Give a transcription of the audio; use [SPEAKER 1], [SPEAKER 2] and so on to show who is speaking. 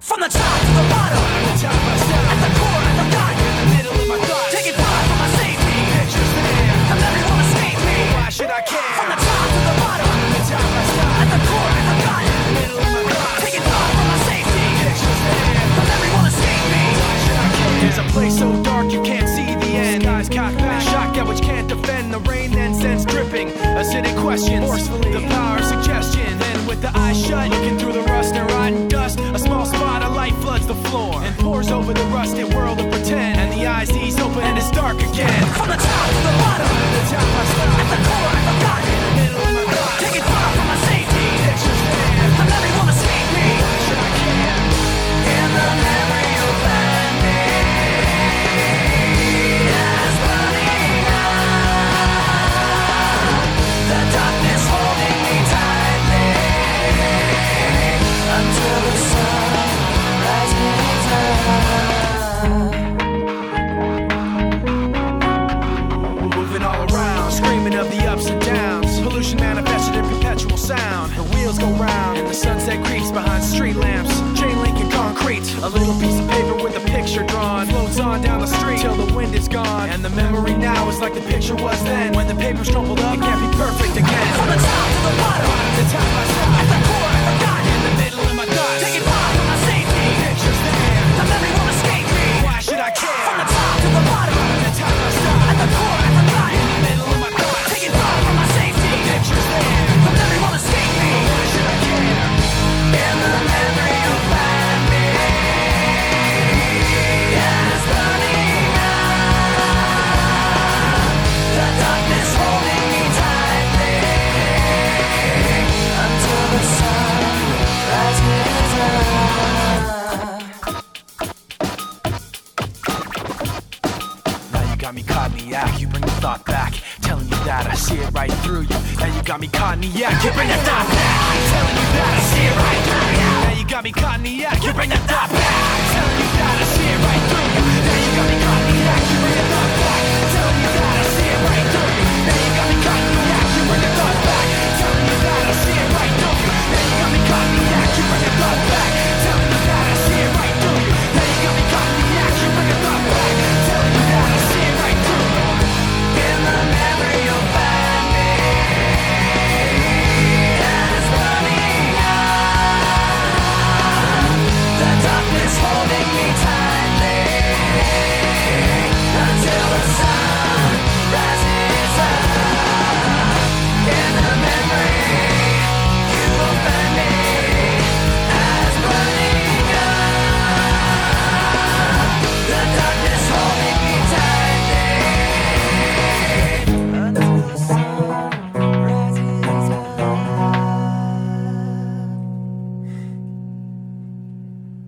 [SPEAKER 1] From the top to the bottom, at the core, at the gut, taking pride for my safety. And everyone escape me. From the top to the bottom, at the core, at the gut, taking pride for my safety. And everyone escape me.
[SPEAKER 2] There's a place so dark you can't see the end. Skies cocked back, shotgun which can't defend. The rain then sends dripping, acidic questions. Forcefully, the power of suggestion. Then with the eyes shut, looking through the rust and rotten dust, a small spot of light floods the floor and pours over the rusted world of pretend. And the eyes ease open and it's dark again.
[SPEAKER 1] From the top to the bottom, at the core, at the gut, taking pride for my safety. And everyone escape me. In the memory of that as burning up. The darkness holding me tightly until the sun rises up.
[SPEAKER 2] We're moving all around, screaming of the ups and downs. Pollution manifested in perpetual sound. The wheels go round, and the sunset creeps behind street lamps. Chain link and concrete. A little piece of paper with a picture drawn floats on down the street till the wind is gone. And the memory now is like the picture was then. When the paper's crumpled up, it can't be perfect again.
[SPEAKER 1] From the top to the bottom,
[SPEAKER 2] The time I
[SPEAKER 1] at
[SPEAKER 2] stop,
[SPEAKER 1] the core, I forgot.
[SPEAKER 2] the middle of my thoughts.
[SPEAKER 1] Taking pride for my safety.
[SPEAKER 2] pictures there.
[SPEAKER 1] And everyone escape me.
[SPEAKER 2] Why should I
[SPEAKER 1] From the
[SPEAKER 2] care?
[SPEAKER 1] top to the bottom,
[SPEAKER 2] The time I stop,
[SPEAKER 1] at the core, I forgot.
[SPEAKER 2] the middle of my thoughts.
[SPEAKER 1] Taking pride for my safety.
[SPEAKER 2] Pictures there.
[SPEAKER 1] And everyone escape me.
[SPEAKER 2] Why should I care?
[SPEAKER 1] In the memory of that day, as burning up, the darkness holding me tightly until the sun rises up.
[SPEAKER 2] Now you got me cognac, you bring the thought back. Telling you that I see it right through you. Now you got me cognac, you bring the thought back. Telling you that I see it right through you. Now you got me cognac, you bring the thought